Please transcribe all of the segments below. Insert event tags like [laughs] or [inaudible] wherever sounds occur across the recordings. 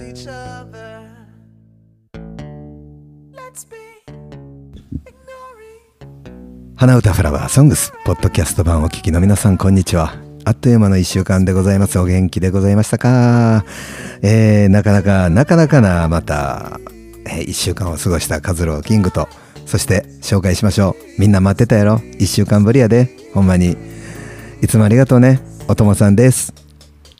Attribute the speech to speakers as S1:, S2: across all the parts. S1: each other. Let's be ignoring.
S2: 花歌フラワーソングスポッドキャスト版をお聞きの皆さんこんにちはあっという間の1週間でございますお元気でございましたか、えーなかなかなかなかなまた、え1週間を過ごしたカズローキングとそして紹介しましょうみんな待ってたやろ1週間ぶりやでほんまにいつもありがとうねおともさんです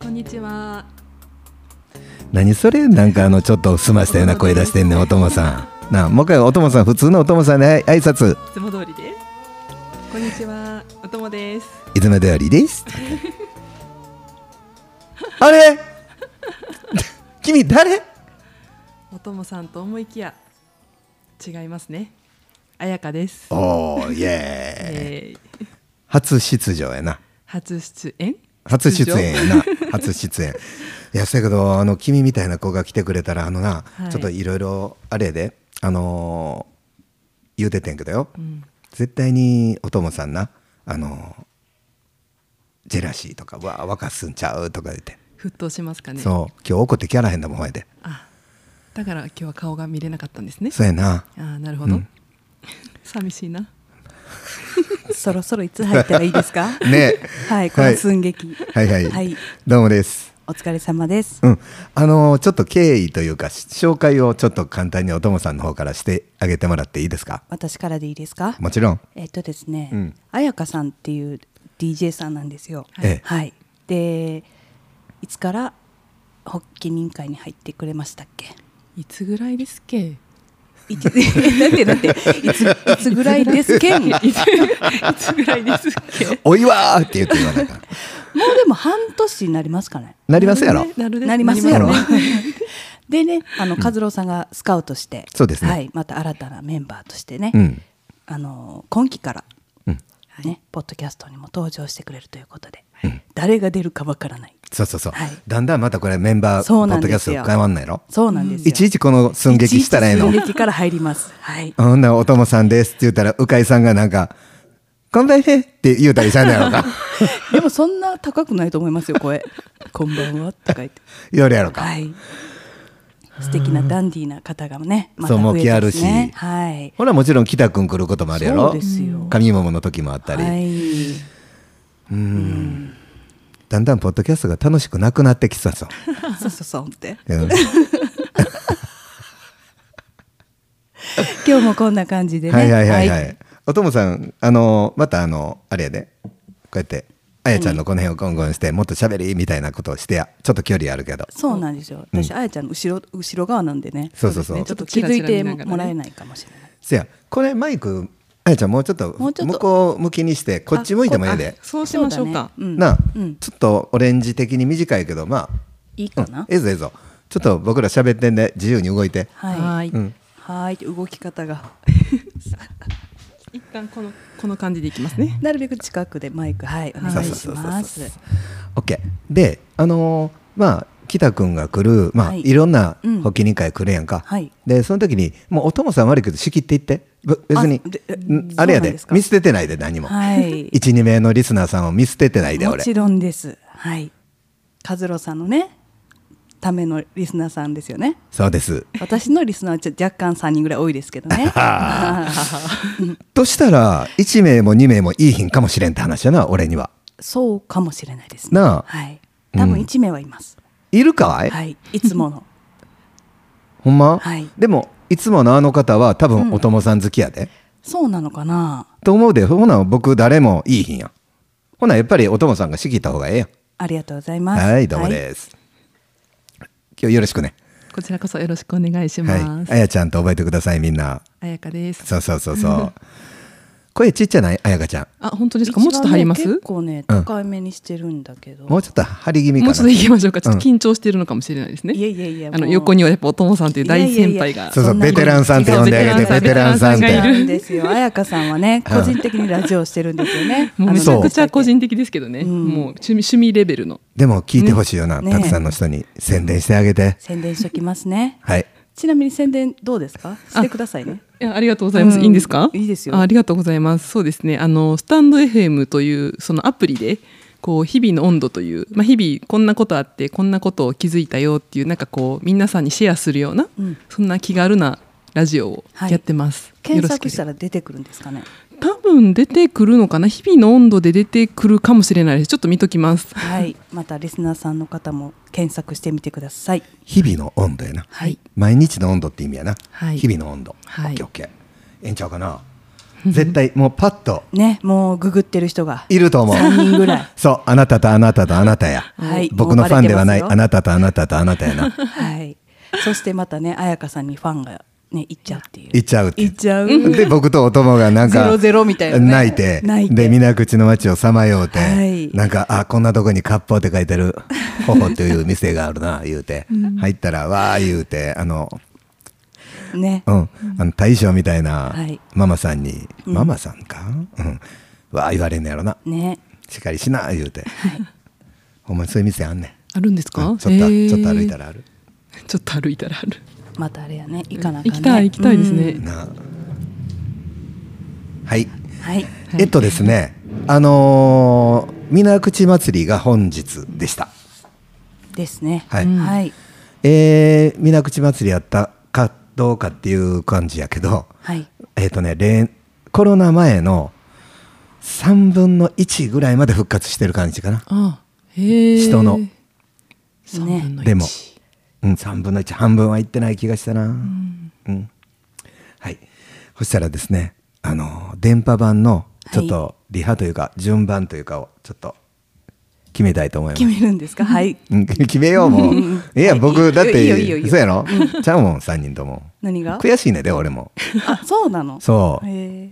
S3: こんにちは。
S2: 何それなんかあのちょっとすましたような声出してんねんおともさんなあもう一回おともさん普通のおともさんで挨拶
S3: いつも通りです。こんにちは。おともです。
S2: いつも通りです。 [laughs] あれ [laughs] 君誰
S3: おともさんと思いきや違いますね。あやかです。
S2: おー、イエーイ。
S3: えー、
S2: 初出場やな。
S3: 初出演？
S2: 初出演やな。初出演。いや、そやけど、あの、君みたいな子が来てくれたら、あのな、
S3: はい
S2: ちょっといろいろあれやで、あのー言うててんけどよ。
S3: うん。
S2: 絶対にお友さんな、あのージェラシーとか、わあ、若すんちゃうとか言って。
S3: 沸騰しますかね。う。
S2: そう、今日怒ってきやらへんだもん、ほやで。
S3: あ、だから今日は顔が見れなかったんですね。
S2: そうやな。
S3: あー、なるほど。
S2: うん。
S3: [laughs] 寂しいな。
S4: そろそろいつ入ったらいいですか
S2: [laughs] ね。
S4: はい、この寸劇。
S2: はいはい。
S4: はい
S2: どうもです。
S4: お疲れ様です。
S2: うん。あのーちょっと経緯というか、し紹介をちょっと簡単におともさんの方からしてあげてもらっていいですか
S4: 私からでいいですか。
S2: もちろん。
S4: えっとです
S2: う
S4: ね
S2: ん、
S4: あやかさんっていう DJ さんなんですよ。
S2: ええ
S4: はい。で、いつから発起人会に入ってくれましたっけ。
S3: いつぐらいですっけ？
S4: いつ [laughs] なんてなんていついつぐらいですけん。もう
S3: いつ [laughs] いつぐらいですっけ？
S2: おいわーって言って言わなか
S4: [laughs]
S2: った。
S4: でも半年になりますかね。
S2: なりますやろ。
S3: なるね
S4: なりま
S3: [laughs]
S4: すやろ
S3: なりますね。
S4: [laughs] でね、あの和郎さんがスカウトして、
S2: そうですね
S4: はい、また新たなメンバーとしてね、
S2: うん。
S4: あの今期から、
S2: うん
S4: ね、ポッドキャストにも登場してくれるということで、誰が出るかわからない。
S2: そうそうそう、
S4: はい
S2: だんだんまたこれメンバー、ポ
S4: そう
S2: ッ
S4: なん
S2: ドキ
S4: で
S2: ャス
S4: す
S2: ト
S4: よ
S2: 変わんないやろ。
S4: そうなんですよ。
S2: いちいちこの寸劇したらええの
S4: いちい。ち寸劇から入ります。
S2: [laughs]
S4: はい。
S2: ほんならおともさんですって言ったら、うかいさんがなんか、こんばんへって言うたりしたんのやろ
S4: [laughs]
S2: か。
S4: でもそんな高くないと思いますよ声。こんばんはとか言って。
S2: 夜やろか。
S4: はい。素敵なダンディーな方がね、ま
S2: そ
S4: た
S2: うもう
S4: 増えて
S2: 来ある
S4: ますね。
S2: し
S4: はい。
S2: ほら、もちろん北くん来ることもあるやろ。
S4: そうですよ
S2: 上桃の時もあったり。 [laughs]
S4: はい。
S2: だんだんポッドキャストが楽しくなくなってきた
S4: [laughs]
S2: ぞ。
S4: そうそうそうって。
S2: うん
S4: 今日もこんな感じでね。
S2: はいはいはいはい、おともさんあのまたあのあれやでこうやってあやちゃんのこの辺をゴンゴンしてもっと喋りみたいなことをしてやちょっと距離あるけど
S4: そうなんですよ。私、あやちゃんの後ろ、後ろ側なんでね。
S2: そうそうそう
S4: ちょっと気づいてもらえないかもしれない。
S2: せやこれマイクあやちゃんもうちょっと
S4: もうちょっと
S2: 向こう向きにしてこっち向いてもええで
S3: あそうしましょうか。
S4: そだねん
S2: なあ、
S4: うん
S2: ちょっとオレンジ的に短いけどまあ
S4: いいかな
S2: うん、ええぞええぞちょっと僕ら喋ってんで自由に動いて
S4: は
S3: はい
S4: い。
S2: うん
S4: はい。動き方 [laughs] が。
S3: 一旦このこの感じでいきますね。
S4: なるべく近くでマイク、はい、お願いします。
S2: OK であのーまあ北くんが来る、まあ
S4: はい
S2: い、ろんな
S4: うん
S2: 発起人会来るやんか、
S4: はい
S2: でその時にもうお友さん悪いけど仕切っていってぶ別に
S4: あでえ
S2: ん
S4: そう
S2: あれや
S4: なん
S2: で
S4: ですか
S2: 見捨ててないで何も、
S4: はい。
S2: 12名のリスナーさんを見捨ててないで
S4: も
S2: 俺
S4: ちろんです。はい。和郎さんのね、ためのリスナーさんですよね。
S2: そうです
S4: 私のリスナーはちょ若干3人ぐらい多いですけど
S2: [laughs]
S4: ね。
S2: としたら1名も2名もいい品かもしれんって話やな俺には
S4: そうかもしれないですね。
S2: なあ
S4: はい。
S2: うん
S4: 多分1名はいます。
S2: いるかい、
S4: はい。いつもの。
S2: ほんま、
S4: はい
S2: でもいつものあの方は多分お友さん好きやで、
S4: そうなのかな
S2: と思うでほな僕誰もいい品やんほなやっぱりお友さんが仕切った方がええやん
S4: ありがとうございます。
S2: はい、どうもです。今日よろしくね。
S3: こちらこそよろしくお願いし
S2: は
S3: ま
S2: い、
S3: す。
S2: あやちゃんと覚えてください、みんな。
S3: あやかです。
S2: そうそうそう
S3: [laughs]
S2: そう。声ちっちゃない、あやかちゃ
S3: あ、本当です
S4: 一
S3: か。
S4: 番
S3: もう
S4: ね
S3: ちょっと入ります。
S4: 結構ね、
S2: うん
S4: 高いめにしてるんだけど。
S2: ん。もうちょっと張り気味かな。
S3: もうちょっと行きましょうか。ちょっと
S2: うん
S3: 緊張してるのかもしれないですね。
S4: いやいやいや
S3: あの
S4: もう
S3: 横にはやっぱお友さんという大先輩が。
S2: そうそう
S4: そんな
S2: ベテランさんって呼んであげて
S3: 違う
S2: ベテランさんって
S3: ベテラ
S4: な
S3: がい
S4: ん
S3: る。
S4: で
S3: [laughs]
S4: すよ。彩香さんはね、
S2: うん
S4: 個人的にラジオをしてるんですよね。
S3: もうめち
S2: そ
S3: ゃ
S2: う
S3: くちゃ個人的ですけどね。
S4: う
S3: もうん趣味趣味レベルの。
S2: でも聞いてほしいよな、
S4: ね
S2: たくさんの人に宣伝してあげて。
S4: 宣伝しときますね。
S2: はい。
S4: ちなみに宣伝どうですかしてくださいね。
S3: いやありがとうございます。
S4: うん
S3: いいんですか？
S4: いいですよ
S3: あありがとうございます。そうですね。あのスタンド FM というそのアプリでこう日々の温度という、まあ、日々こんなことあってこんなことを気づいたよっていうなんかこう皆さんにシェアするような、
S4: うん
S3: そんな気軽なラジオを
S4: はい
S3: やってます、
S4: 検索した
S3: ら
S4: ら出てくるんですかね
S3: 多分出てくるのかな日々の温度で出てくるかもしれないですちょっと見ときます
S4: はいまたリスナーさんの方も検索してみてください
S2: 日々の温度やな
S3: はい
S2: 毎日の温度って意味やな、
S3: はい
S2: 日々の温度、
S3: は
S2: オッ
S3: い
S2: ケーオッケーええんちゃうかな絶対もうパッと
S4: ねもうググってる人が
S2: いると思う
S4: 3人ぐらい
S2: そうあなたとあなたとあなたや
S4: はい
S2: 僕のファンではない
S4: もう
S2: あ
S4: バレ
S2: なた
S4: てま
S2: とあなたとあなたや
S4: [laughs]
S2: な
S4: すよはいそしてまたね彩香さんにファンがね行っちゃうっていう
S2: 行っちゃうって
S4: 行っちゃう
S2: で僕とお友がなんか
S4: ゼロゼロみたいなね
S2: 泣いて
S4: 泣いて
S2: で皆口の街をさまようて、
S4: はい
S2: なんかあこんなとこに「割烹」って書いて
S4: [laughs]
S2: る「ほほ」という店があるな言うて、入ったら「わあ」言うてあの
S4: ね
S2: うん、あの大将みたいな
S4: はい
S2: ママさんに、ママさんか、うん、わあ言われんのやろな
S4: ね
S2: しっかりしな言うて、ほんまにそういう店あんねん
S3: あるんですか、
S2: うんちょっとあ
S3: へー
S2: ちょっと歩いたらある
S3: ちょっと歩いたらある
S4: またあれやね行かなあかんね
S3: 行きたい行きたいですね、
S2: なあはい、
S4: うんはい
S3: はい
S2: えっとですねあのー水口祭りが本日でした
S4: ですね
S2: はい
S4: はい
S2: えー、水口祭りやったかどうかっていう感じやけど
S4: はい
S2: えっ、とね例コロナ前の3分の1ぐらいまで復活してる感じかな
S3: ああへえ
S2: 人の
S3: 3分の1
S2: でもうん、3分の1半分は行ってない気がしたな、うんはいそしたらですねあの電波版のちょっとリハというか順番というかをちょっと決めたいと思います
S4: 決めるんですかはい
S2: うん [laughs] 決めようもういや僕だっ
S4: いいよいいよい
S2: て
S4: いよ
S2: そうやろちゃうもん3人とも
S4: 何が
S2: 悔しいねで俺も
S4: あそうなの
S2: そう
S4: へ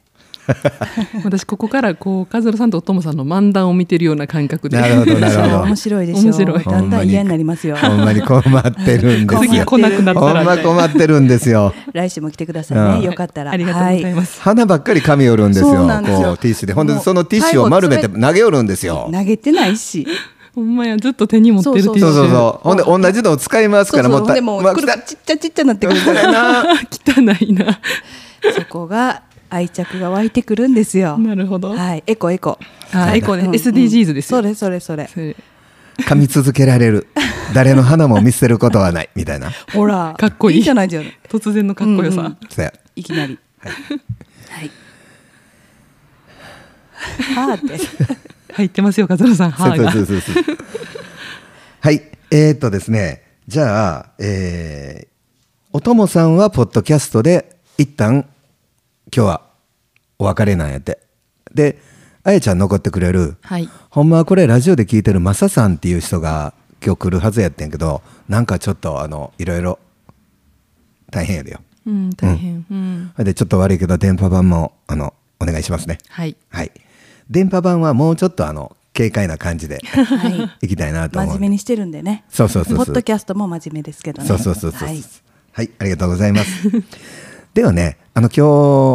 S4: え
S3: [laughs] 私ここからこうカズロさんとおともさんの漫談を見てるような感覚で
S2: なるほど
S3: [laughs]
S2: なるほ
S4: そう
S2: ど
S4: 面白いでしょ
S3: 面白い
S2: ほ
S4: だんだ
S2: ま
S4: ん嫌になりますよ
S2: ほんまに困ってるんです
S3: 次
S4: [laughs]
S2: よ
S3: 来なくなった
S2: ほ
S3: ら
S2: んま困ってるんですよ
S4: 来週も来てください
S2: うん
S4: ねよかったら
S3: ありがとうございます、
S2: 花ばっかり髪折るんです
S4: そ
S2: よ
S4: うなんですよ
S2: こうティッシュでほんで
S4: もう
S2: そのティッシュを丸めて投げ折るんですよ
S4: はい投げてないし
S3: ほんまやずっと手に持ってる
S4: そう
S3: T シ
S2: そうそう
S3: ャ
S2: そうほんで同じのを使いますから
S4: そうそう
S2: た
S4: でも
S2: まあ
S4: くる
S2: 汚
S4: ちっちゃちっちゃなってくる
S2: [laughs]
S4: から
S2: いな
S3: ツ汚いな
S4: そこが愛着が湧いてくるんですよ
S3: なるほど、
S4: はいエコエコ
S3: あエコね、
S4: うん
S3: SDGs ですよ
S4: それそれそれ
S3: それ
S2: 噛み続けられる誰の花も見捨てることはないみたいな
S4: [laughs] ほら
S3: かっこいい
S4: じゃないじゃない
S3: 突然のかっこよさ、
S4: うんうん
S2: そうや
S4: いきなりはい [laughs] はーって
S3: 入ってますよカズロさん歯が
S2: そうそうそうそうはいえー、っとですねじゃあえー、おともさんはポッドキャストで一旦今日はお別れなんやってであやちゃん残ってくれる、
S3: はい
S2: ほんまはこれラジオで聞いてるマサさんっていう人が今日来るはずやってんけどなんかちょっとあのいろいろ大変やでよ
S3: うん大変うん、
S2: それでちょっと悪いけど電波版もあのお願いしますね
S3: はい
S2: はい電波版はもうちょっとあの軽快な感じ
S4: [laughs]
S2: で
S4: はい
S2: いきたいなと思う
S4: 真面目にしてるんでね
S2: そうそうそうそう
S4: ポッドキャストも真面目ですけどね
S2: そうそうそうそうそう
S4: は
S2: はい
S4: い、
S2: ありがとうございます [laughs] ではねあの今日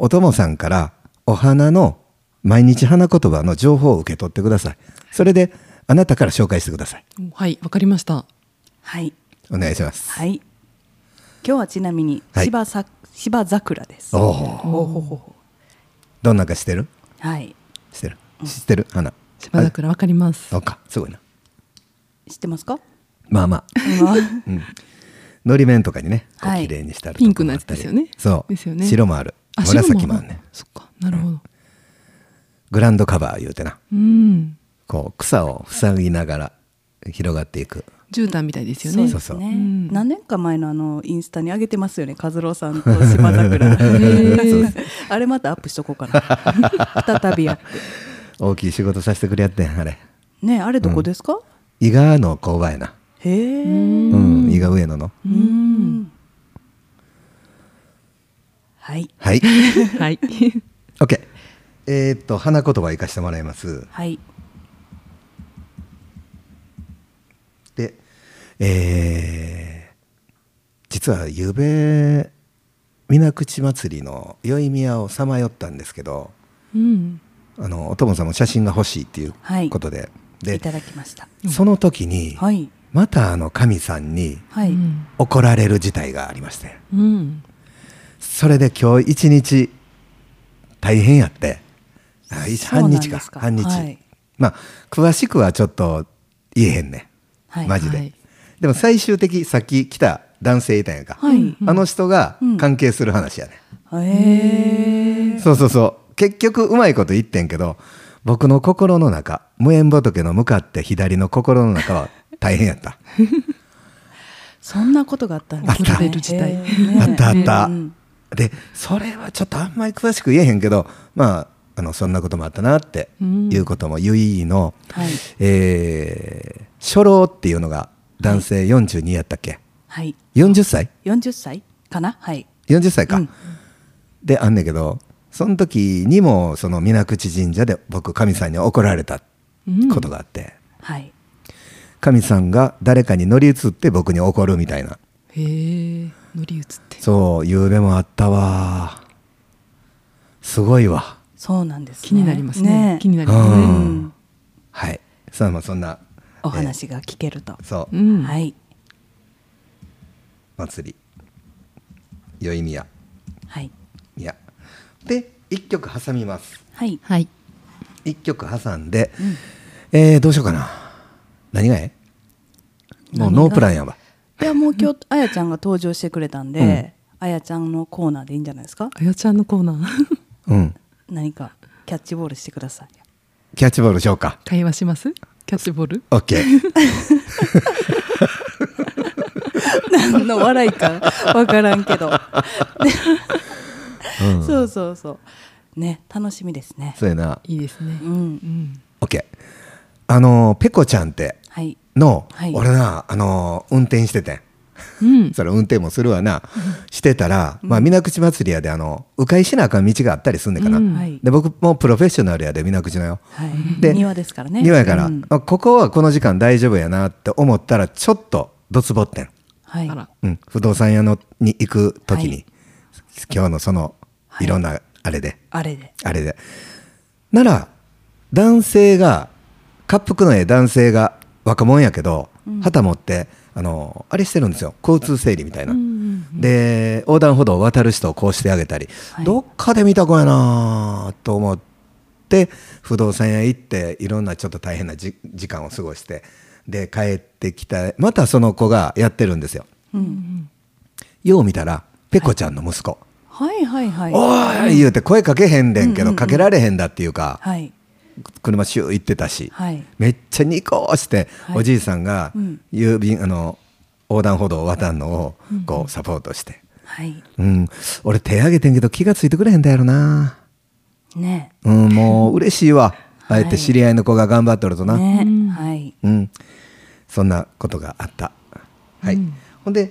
S2: おともさんからお花の毎日花言葉の情報を受け取ってくださいそれであなたから紹介してください
S3: はいわかりました
S4: はい
S2: お願いします、
S4: はい今日はちなみに
S2: はい
S4: 芝さ、芝桜です
S2: お
S4: ほ
S2: お
S4: ほほほ
S2: どんなんか知ってる
S4: はい
S2: 知ってる知ってる花
S3: 芝桜わかります
S2: あそうかすごいな
S4: 知ってますか
S2: まあま
S3: [laughs]
S2: あのり面とかにねこう
S4: はい
S2: 綺麗にしたり
S3: ピンクのやつですよね
S2: そう
S3: ですよね
S2: 白もある
S3: あ
S2: 紫
S3: 白
S2: もあるね
S3: そっかなるほど
S2: グランドカバー言うてな
S3: うん
S2: こう草を塞ぎながら広がっていく
S3: 絨毯みたいですよね
S2: そうそう
S4: ね
S3: ん
S4: 何年か前のあのインスタに上げてますよね和郎さんと芝
S3: [laughs]
S4: 桜 [laughs] あれまたアップしとこうかな再びやって
S2: 大きい仕事させてくれやってんあれ
S4: ねあれどこですか、
S2: 伊賀の工場やな
S4: へえ
S2: うん伊賀上野の
S4: うんはい
S2: はい
S3: はい
S2: OK えーっと花言葉いかしてもらいます
S4: はい
S2: でえー実はゆうべ水口祭りの宵宮をさまよったんですけど
S3: うん
S2: あのお友さんも写真が欲しいっていうことで、
S4: い
S2: で
S4: ただきました
S2: その時に、
S4: はい
S2: またあの神さんに
S4: はい、
S3: うん
S2: 怒られる事態がありまして
S3: うん
S2: それで今日一日大変やってあい
S4: そうな
S2: 半
S4: ん
S2: 日
S4: で
S2: か
S4: す
S2: 半日、
S4: はい
S2: まあ詳しくはちょっと言えへんね、
S4: はい
S2: マジで、
S3: はい
S2: でも最終的さっき来た男性いたんやんか、
S4: はい
S2: あの人が関係する話やね、
S4: へえ
S2: そうそうそう結局うまいこと言ってんけど僕の心の中無縁仏の向かって左の心の中は大変やった
S4: そんなことがあったんですね
S2: あった
S4: へー
S3: 時代
S4: ね
S2: あったあった、
S4: うん
S2: でそれはちょっとあんまり詳しく言えへんけどまああのそんなこともあったなっていうこともゆいの、
S4: はい
S2: えー初老っていうのが男性42やったっけ、
S4: はい
S2: 40歳
S4: 40歳かなはい
S2: 40歳か、
S4: うん
S2: であんねんけどその時にもその水口神社で僕神さんに怒られたことがあって、
S4: はい
S2: 神さんが誰かに乗り移って僕に怒るみたいな
S3: へえ乗り移って
S2: そうゆうべもあったわすごいわ
S4: そうなんですね
S3: 気になりますね気になります
S2: う
S3: ね
S2: んはいさあまあそんな
S4: お話が聞けると
S2: そううん
S4: はい
S2: 祭り宵宮
S4: はい
S2: 宮で一曲挟みます
S4: はい
S3: はい
S2: 一曲挟んで、えーどうしようかな何がええもうノープランやわ
S4: いやもう今日あやちゃんが登場してくれたんで、あやちゃんのコーナーでいいんじゃないですか
S3: あやちゃんのコーナ
S4: [laughs]
S3: ー
S2: うん
S4: 何かキャッチボールしてください
S2: キャッチボールしようか
S3: 会話しますキャッチボール
S2: OK
S4: [laughs]
S2: [laughs]
S4: 何の笑いか分からんけ [laughs] ど、そうそうそうね楽しみですね
S2: そうやない
S3: いですね
S4: う、ん
S3: うん、
S2: OK あのーペコちゃんって
S4: はい
S2: の、
S4: はい
S2: 俺なあのー運転しててん
S3: うん、
S2: それ運転もするわな、してたら、まあ、水口祭りやであの迂回しなあかん道があったりすんねんかな、
S3: うん
S4: はい
S2: で僕もプロフェッショナルやで水口のよ
S4: はい
S2: で
S4: 庭ですからね
S2: 庭やから、
S4: うん
S2: あここはこの時間大丈夫やなって思ったらちょっとどつぼってん、
S4: はい
S3: あら
S2: うん、不動産屋のに行く時に、
S4: はい
S2: 今日のその
S4: はい
S2: いろんなあれで、
S4: あれで
S2: あれでなら男性が恰幅のええ男性が若者やけど、旗持ってあのあれしてるんですよ交通整理みたいな、で横断歩道を渡る人をこうしてあげたり、
S4: はい
S2: どっかで見た子やなと思って不動産屋行っていろんなちょっと大変なじ時間を過ごしてで帰ってきたまたその子がやってるんですよ
S4: うん
S2: よう見たらペコちゃんの息子、
S4: はいはいはい
S2: おい言うて声かけへんでんけど、かけられへんだっていうか、
S4: はい
S2: 車シュー行ってたし、
S4: はい
S2: めっちゃニコーして、
S4: はい
S2: おじいさんが
S4: うん
S2: 郵便、あの横断歩道を渡るのをこうサポートして、
S4: はい
S2: うん俺手挙げてんけど気がついてくれへんだやろな、
S4: ね
S2: うん、もう嬉しいわあえて知り合いの子が頑張っとるとな、
S4: ねはい
S2: うん、そんなことがあった、はいほんで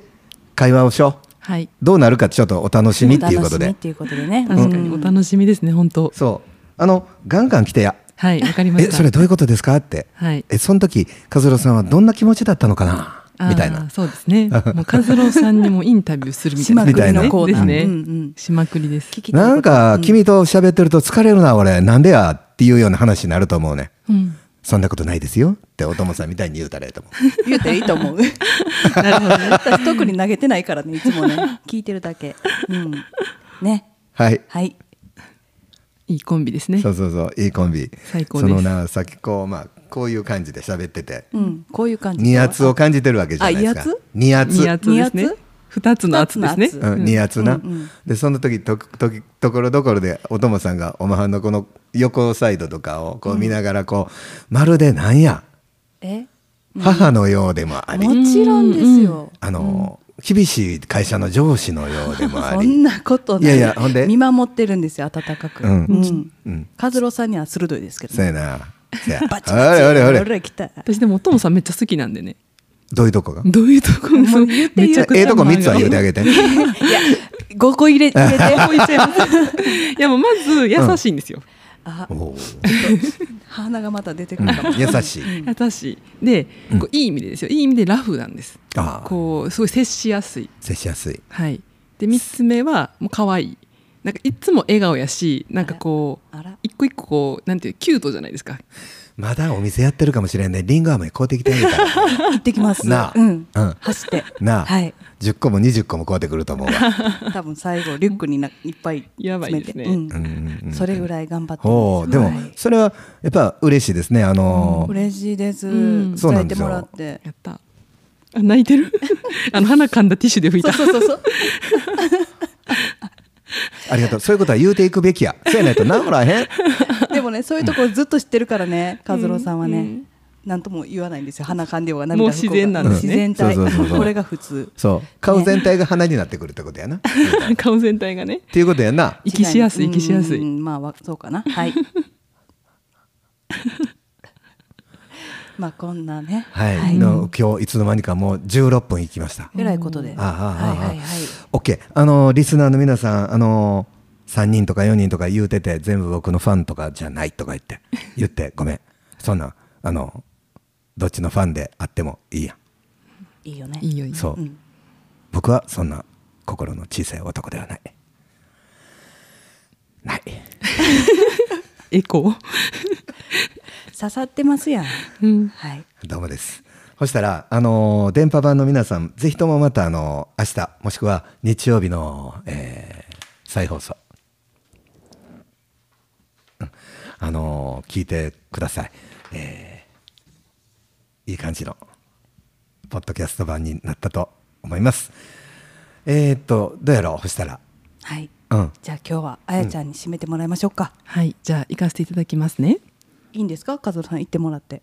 S2: 会話をしよう
S3: はい
S2: どうなるかちょっとお楽しみっていうこと
S4: お楽しみ
S2: で
S4: っていうことでね
S3: 確かにお楽しみですね本当
S2: そうあのガンガン来てや
S3: はいわかりまし
S2: え
S3: た
S2: それどういうことですかって、
S3: はい
S2: えその時和郎さんはどんな気持ちだったのか
S3: あ
S2: な
S3: ー
S2: みたいな
S3: そうです
S2: [laughs]
S3: ねもう和郎さんにもインタビューするみたいな
S4: しま
S2: くりのコ
S4: ーナ
S3: です
S4: ー
S3: ね
S4: うんうん
S3: しまくりです
S4: 聞きたいこと
S2: なんか君と喋ってると疲れるな俺なんでやっていうような話になると思うね
S3: うん
S2: そんなことないですよってお友さんみたいに言うたらええと思
S3: [laughs]
S2: う
S4: 言うていいと [laughs] 思う
S3: なるほどね
S4: 私特に投げてないからねいつもね [laughs] 聞いてるだけうんね
S2: はい
S4: はい
S3: いいコンビですね
S2: そうそうそういいコンビ
S3: 最高です
S2: そのなさっきこうまあこういう感じで喋ってて
S4: うんこういう感じ
S2: 二圧を感じてるわけじゃないですか
S4: あ
S2: 二圧
S3: 二圧です
S4: 二
S3: ね
S4: 圧
S3: 二つの圧ですね
S4: 二つの
S2: う
S4: 圧
S2: ん、二圧な、
S4: うんうん
S2: でその時ととところどころでお友さんがおまはんのこの横サイドとかをこう見ながらこう、まるでなんや
S4: え
S2: 母のようでもあり、
S4: もちろんですよ
S2: あの厳しい会社の上司のようでもあ
S4: そ
S2: り
S4: んなことない
S2: いやいやほんで
S4: 見守ってるんですよ温かく
S2: う
S4: うんん
S2: うん
S4: 和郎さんには鋭いですけど
S2: そう
S4: ね
S2: やなそうや
S4: バチ
S2: あ
S4: バチ
S2: れあれあ
S4: 俺
S2: れ
S4: ら来た
S3: 私でもお父さんめっちゃ好きなんでね
S2: どういうとこが
S3: どういうとこも
S4: もう言って
S3: めちゃくちゃ
S2: ええとこ3つは言う
S3: [laughs]
S2: てあげて
S4: いや5個入れ入れて
S3: もう
S2: [laughs]
S3: 言っちゃいますいやもうまず優しいんですよ、
S4: あ
S2: おおー
S4: 鼻がまた出て
S2: う
S4: く
S2: ん
S4: るかも
S2: 優しい
S3: 優しいで、こういい意味でですよいい意味でラフなんです
S2: ああ
S3: こうすごい接しやすい
S2: 接しやすい
S3: はいで3つ目はもう可愛いなんかいつも笑顔やしなんかこう
S4: あら
S3: 一個一個こうなんていうキュートじゃないですか
S2: まだお店やってるかもしれんねリンゴ飴買うてきてあげたら
S4: 行ってきます
S2: なあ
S4: うん
S2: うん
S4: 走って
S2: なあ、
S4: はい
S2: 10個も20個も買うてくると思うわ
S4: 多分最後リュックにないっぱい
S3: やばい
S4: 詰め
S3: です
S4: て
S3: ね
S4: うん
S2: うんうんうん
S4: それぐらい頑張って
S2: ほ
S4: ま
S2: う
S4: す
S2: でも
S4: はい
S2: それはやっぱ嬉しいですねあのー
S4: 嬉しいです
S3: うん
S2: そう
S4: 伝
S2: な
S4: え
S2: んで
S4: て
S2: すよ
S4: もらって
S3: やったあ泣いて [laughs] るあの鼻かんだティッシュで拭い
S4: そ
S3: た
S4: うそうそうそう
S2: ありがとうそういうことは言うていくべきやそうやないと治らへ
S4: [laughs]
S2: ん
S4: でもねそういうとこずっと知ってるからね和郎さんはね、
S3: うん
S4: なんとも言わないんですよ鼻かんでようが涙
S3: もう自然なんですね
S4: 自然体、
S2: そうそうそうそう
S4: これが普通
S2: そう顔全体が鼻になってくるってことやなっ
S3: 顔全体がね
S2: ていうことやな
S3: 息しやすい息しやすい
S4: うんまあわそうか
S3: [laughs]
S4: なはい [laughs] まあこんなね
S2: はい、
S4: はい
S2: の今日いつの間にかもう16分いきました
S4: えらいことで、
S2: ああああ
S4: はいはいはい
S2: OK あのリスナーの皆さんあの3人とか4人とか言うてて全部僕のファンとかじゃないとか言って言ってごめんそんなんあのどっちのファンであってもいいや
S4: いいよね
S3: いいよいい
S2: ん
S3: よ
S2: そう、
S4: うん
S2: 僕はそんな心の小さい男ではないない
S3: エコー、
S4: 刺さってますやん、
S3: うん、
S4: はい
S2: どうもですそしたらあの電波版の皆さんぜひともまたあの明日もしくは日曜日の、えー再放送うんあの聞いてください、えーいい感じのポッドキャスト版になったと思いますえー、っとどうやろうそしたら
S4: はい
S2: うん
S4: じゃあ今日はあやちゃんに締めてもらいましょうか、
S3: はいじゃあ行かせていただきますね
S4: いいんですか和郎さん行ってもらって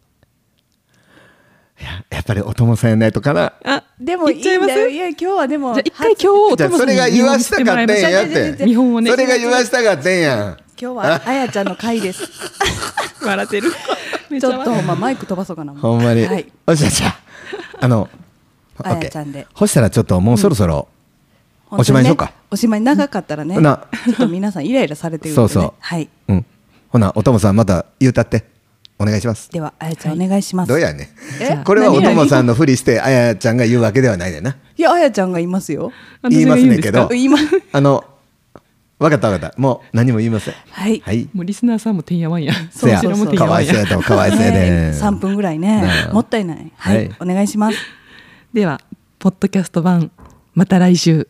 S2: やっぱりお友さんやないとかな
S3: あ
S4: でもいいんだ
S3: 行っちゃいま
S4: よ
S3: す
S4: いや今日はでも
S3: じゃあ一回今日お
S2: じゃあ
S3: 父
S2: そ
S3: さん
S2: れ
S3: に
S2: が言わしたかったんやっ
S4: 見本見せ
S2: て
S4: て
S3: 見本をね
S2: それが言わしたかったんやん
S4: 今日はあやちゃんの回です [laughs]
S3: 笑ってるめっ
S4: ち
S3: ちゃ
S4: ょっ
S3: 笑
S4: と
S3: ってる
S4: まあマイク飛ばそうかな
S2: ほんまに。
S4: はい、
S2: よしよし。あの、
S4: あや
S2: OK
S4: ちゃんで
S2: ほしたらちょっともうそろそろ、おしまいにしようか
S4: 本当にねおしまい長かったらね
S2: な
S4: ちょっと皆さんイライラされてるんで、
S2: そう
S4: ね、
S2: そう。
S4: はい。
S2: うん。ほな、おともさんまた言うたって。お願いします。
S4: ではあやちゃんお願いします、
S2: どうやね
S4: え
S2: ん。これはおとも
S4: 何
S2: さんのふりして、あやちゃんが言うわけではないでな。
S4: いやあやちゃんがいますよ
S3: 私が
S2: 言います
S3: 言うん
S2: ね
S3: です
S2: け
S3: か
S2: ど。
S4: 言います
S2: あの、わかったわかった。もう何も言いません。
S4: はい
S2: はい。
S3: もうリスナーさんもてんやわんや
S4: そ
S2: せ
S4: う
S2: や
S3: こちらもてん
S2: か
S3: やわ
S2: わ
S3: ん
S2: いそうや
S3: や
S2: と、かわいそうや
S4: [laughs]
S2: で。
S4: 3分ぐらいね
S2: なあ
S4: もったいないはい、
S2: はい
S4: お願いします
S3: ではポッドキャスト版また来週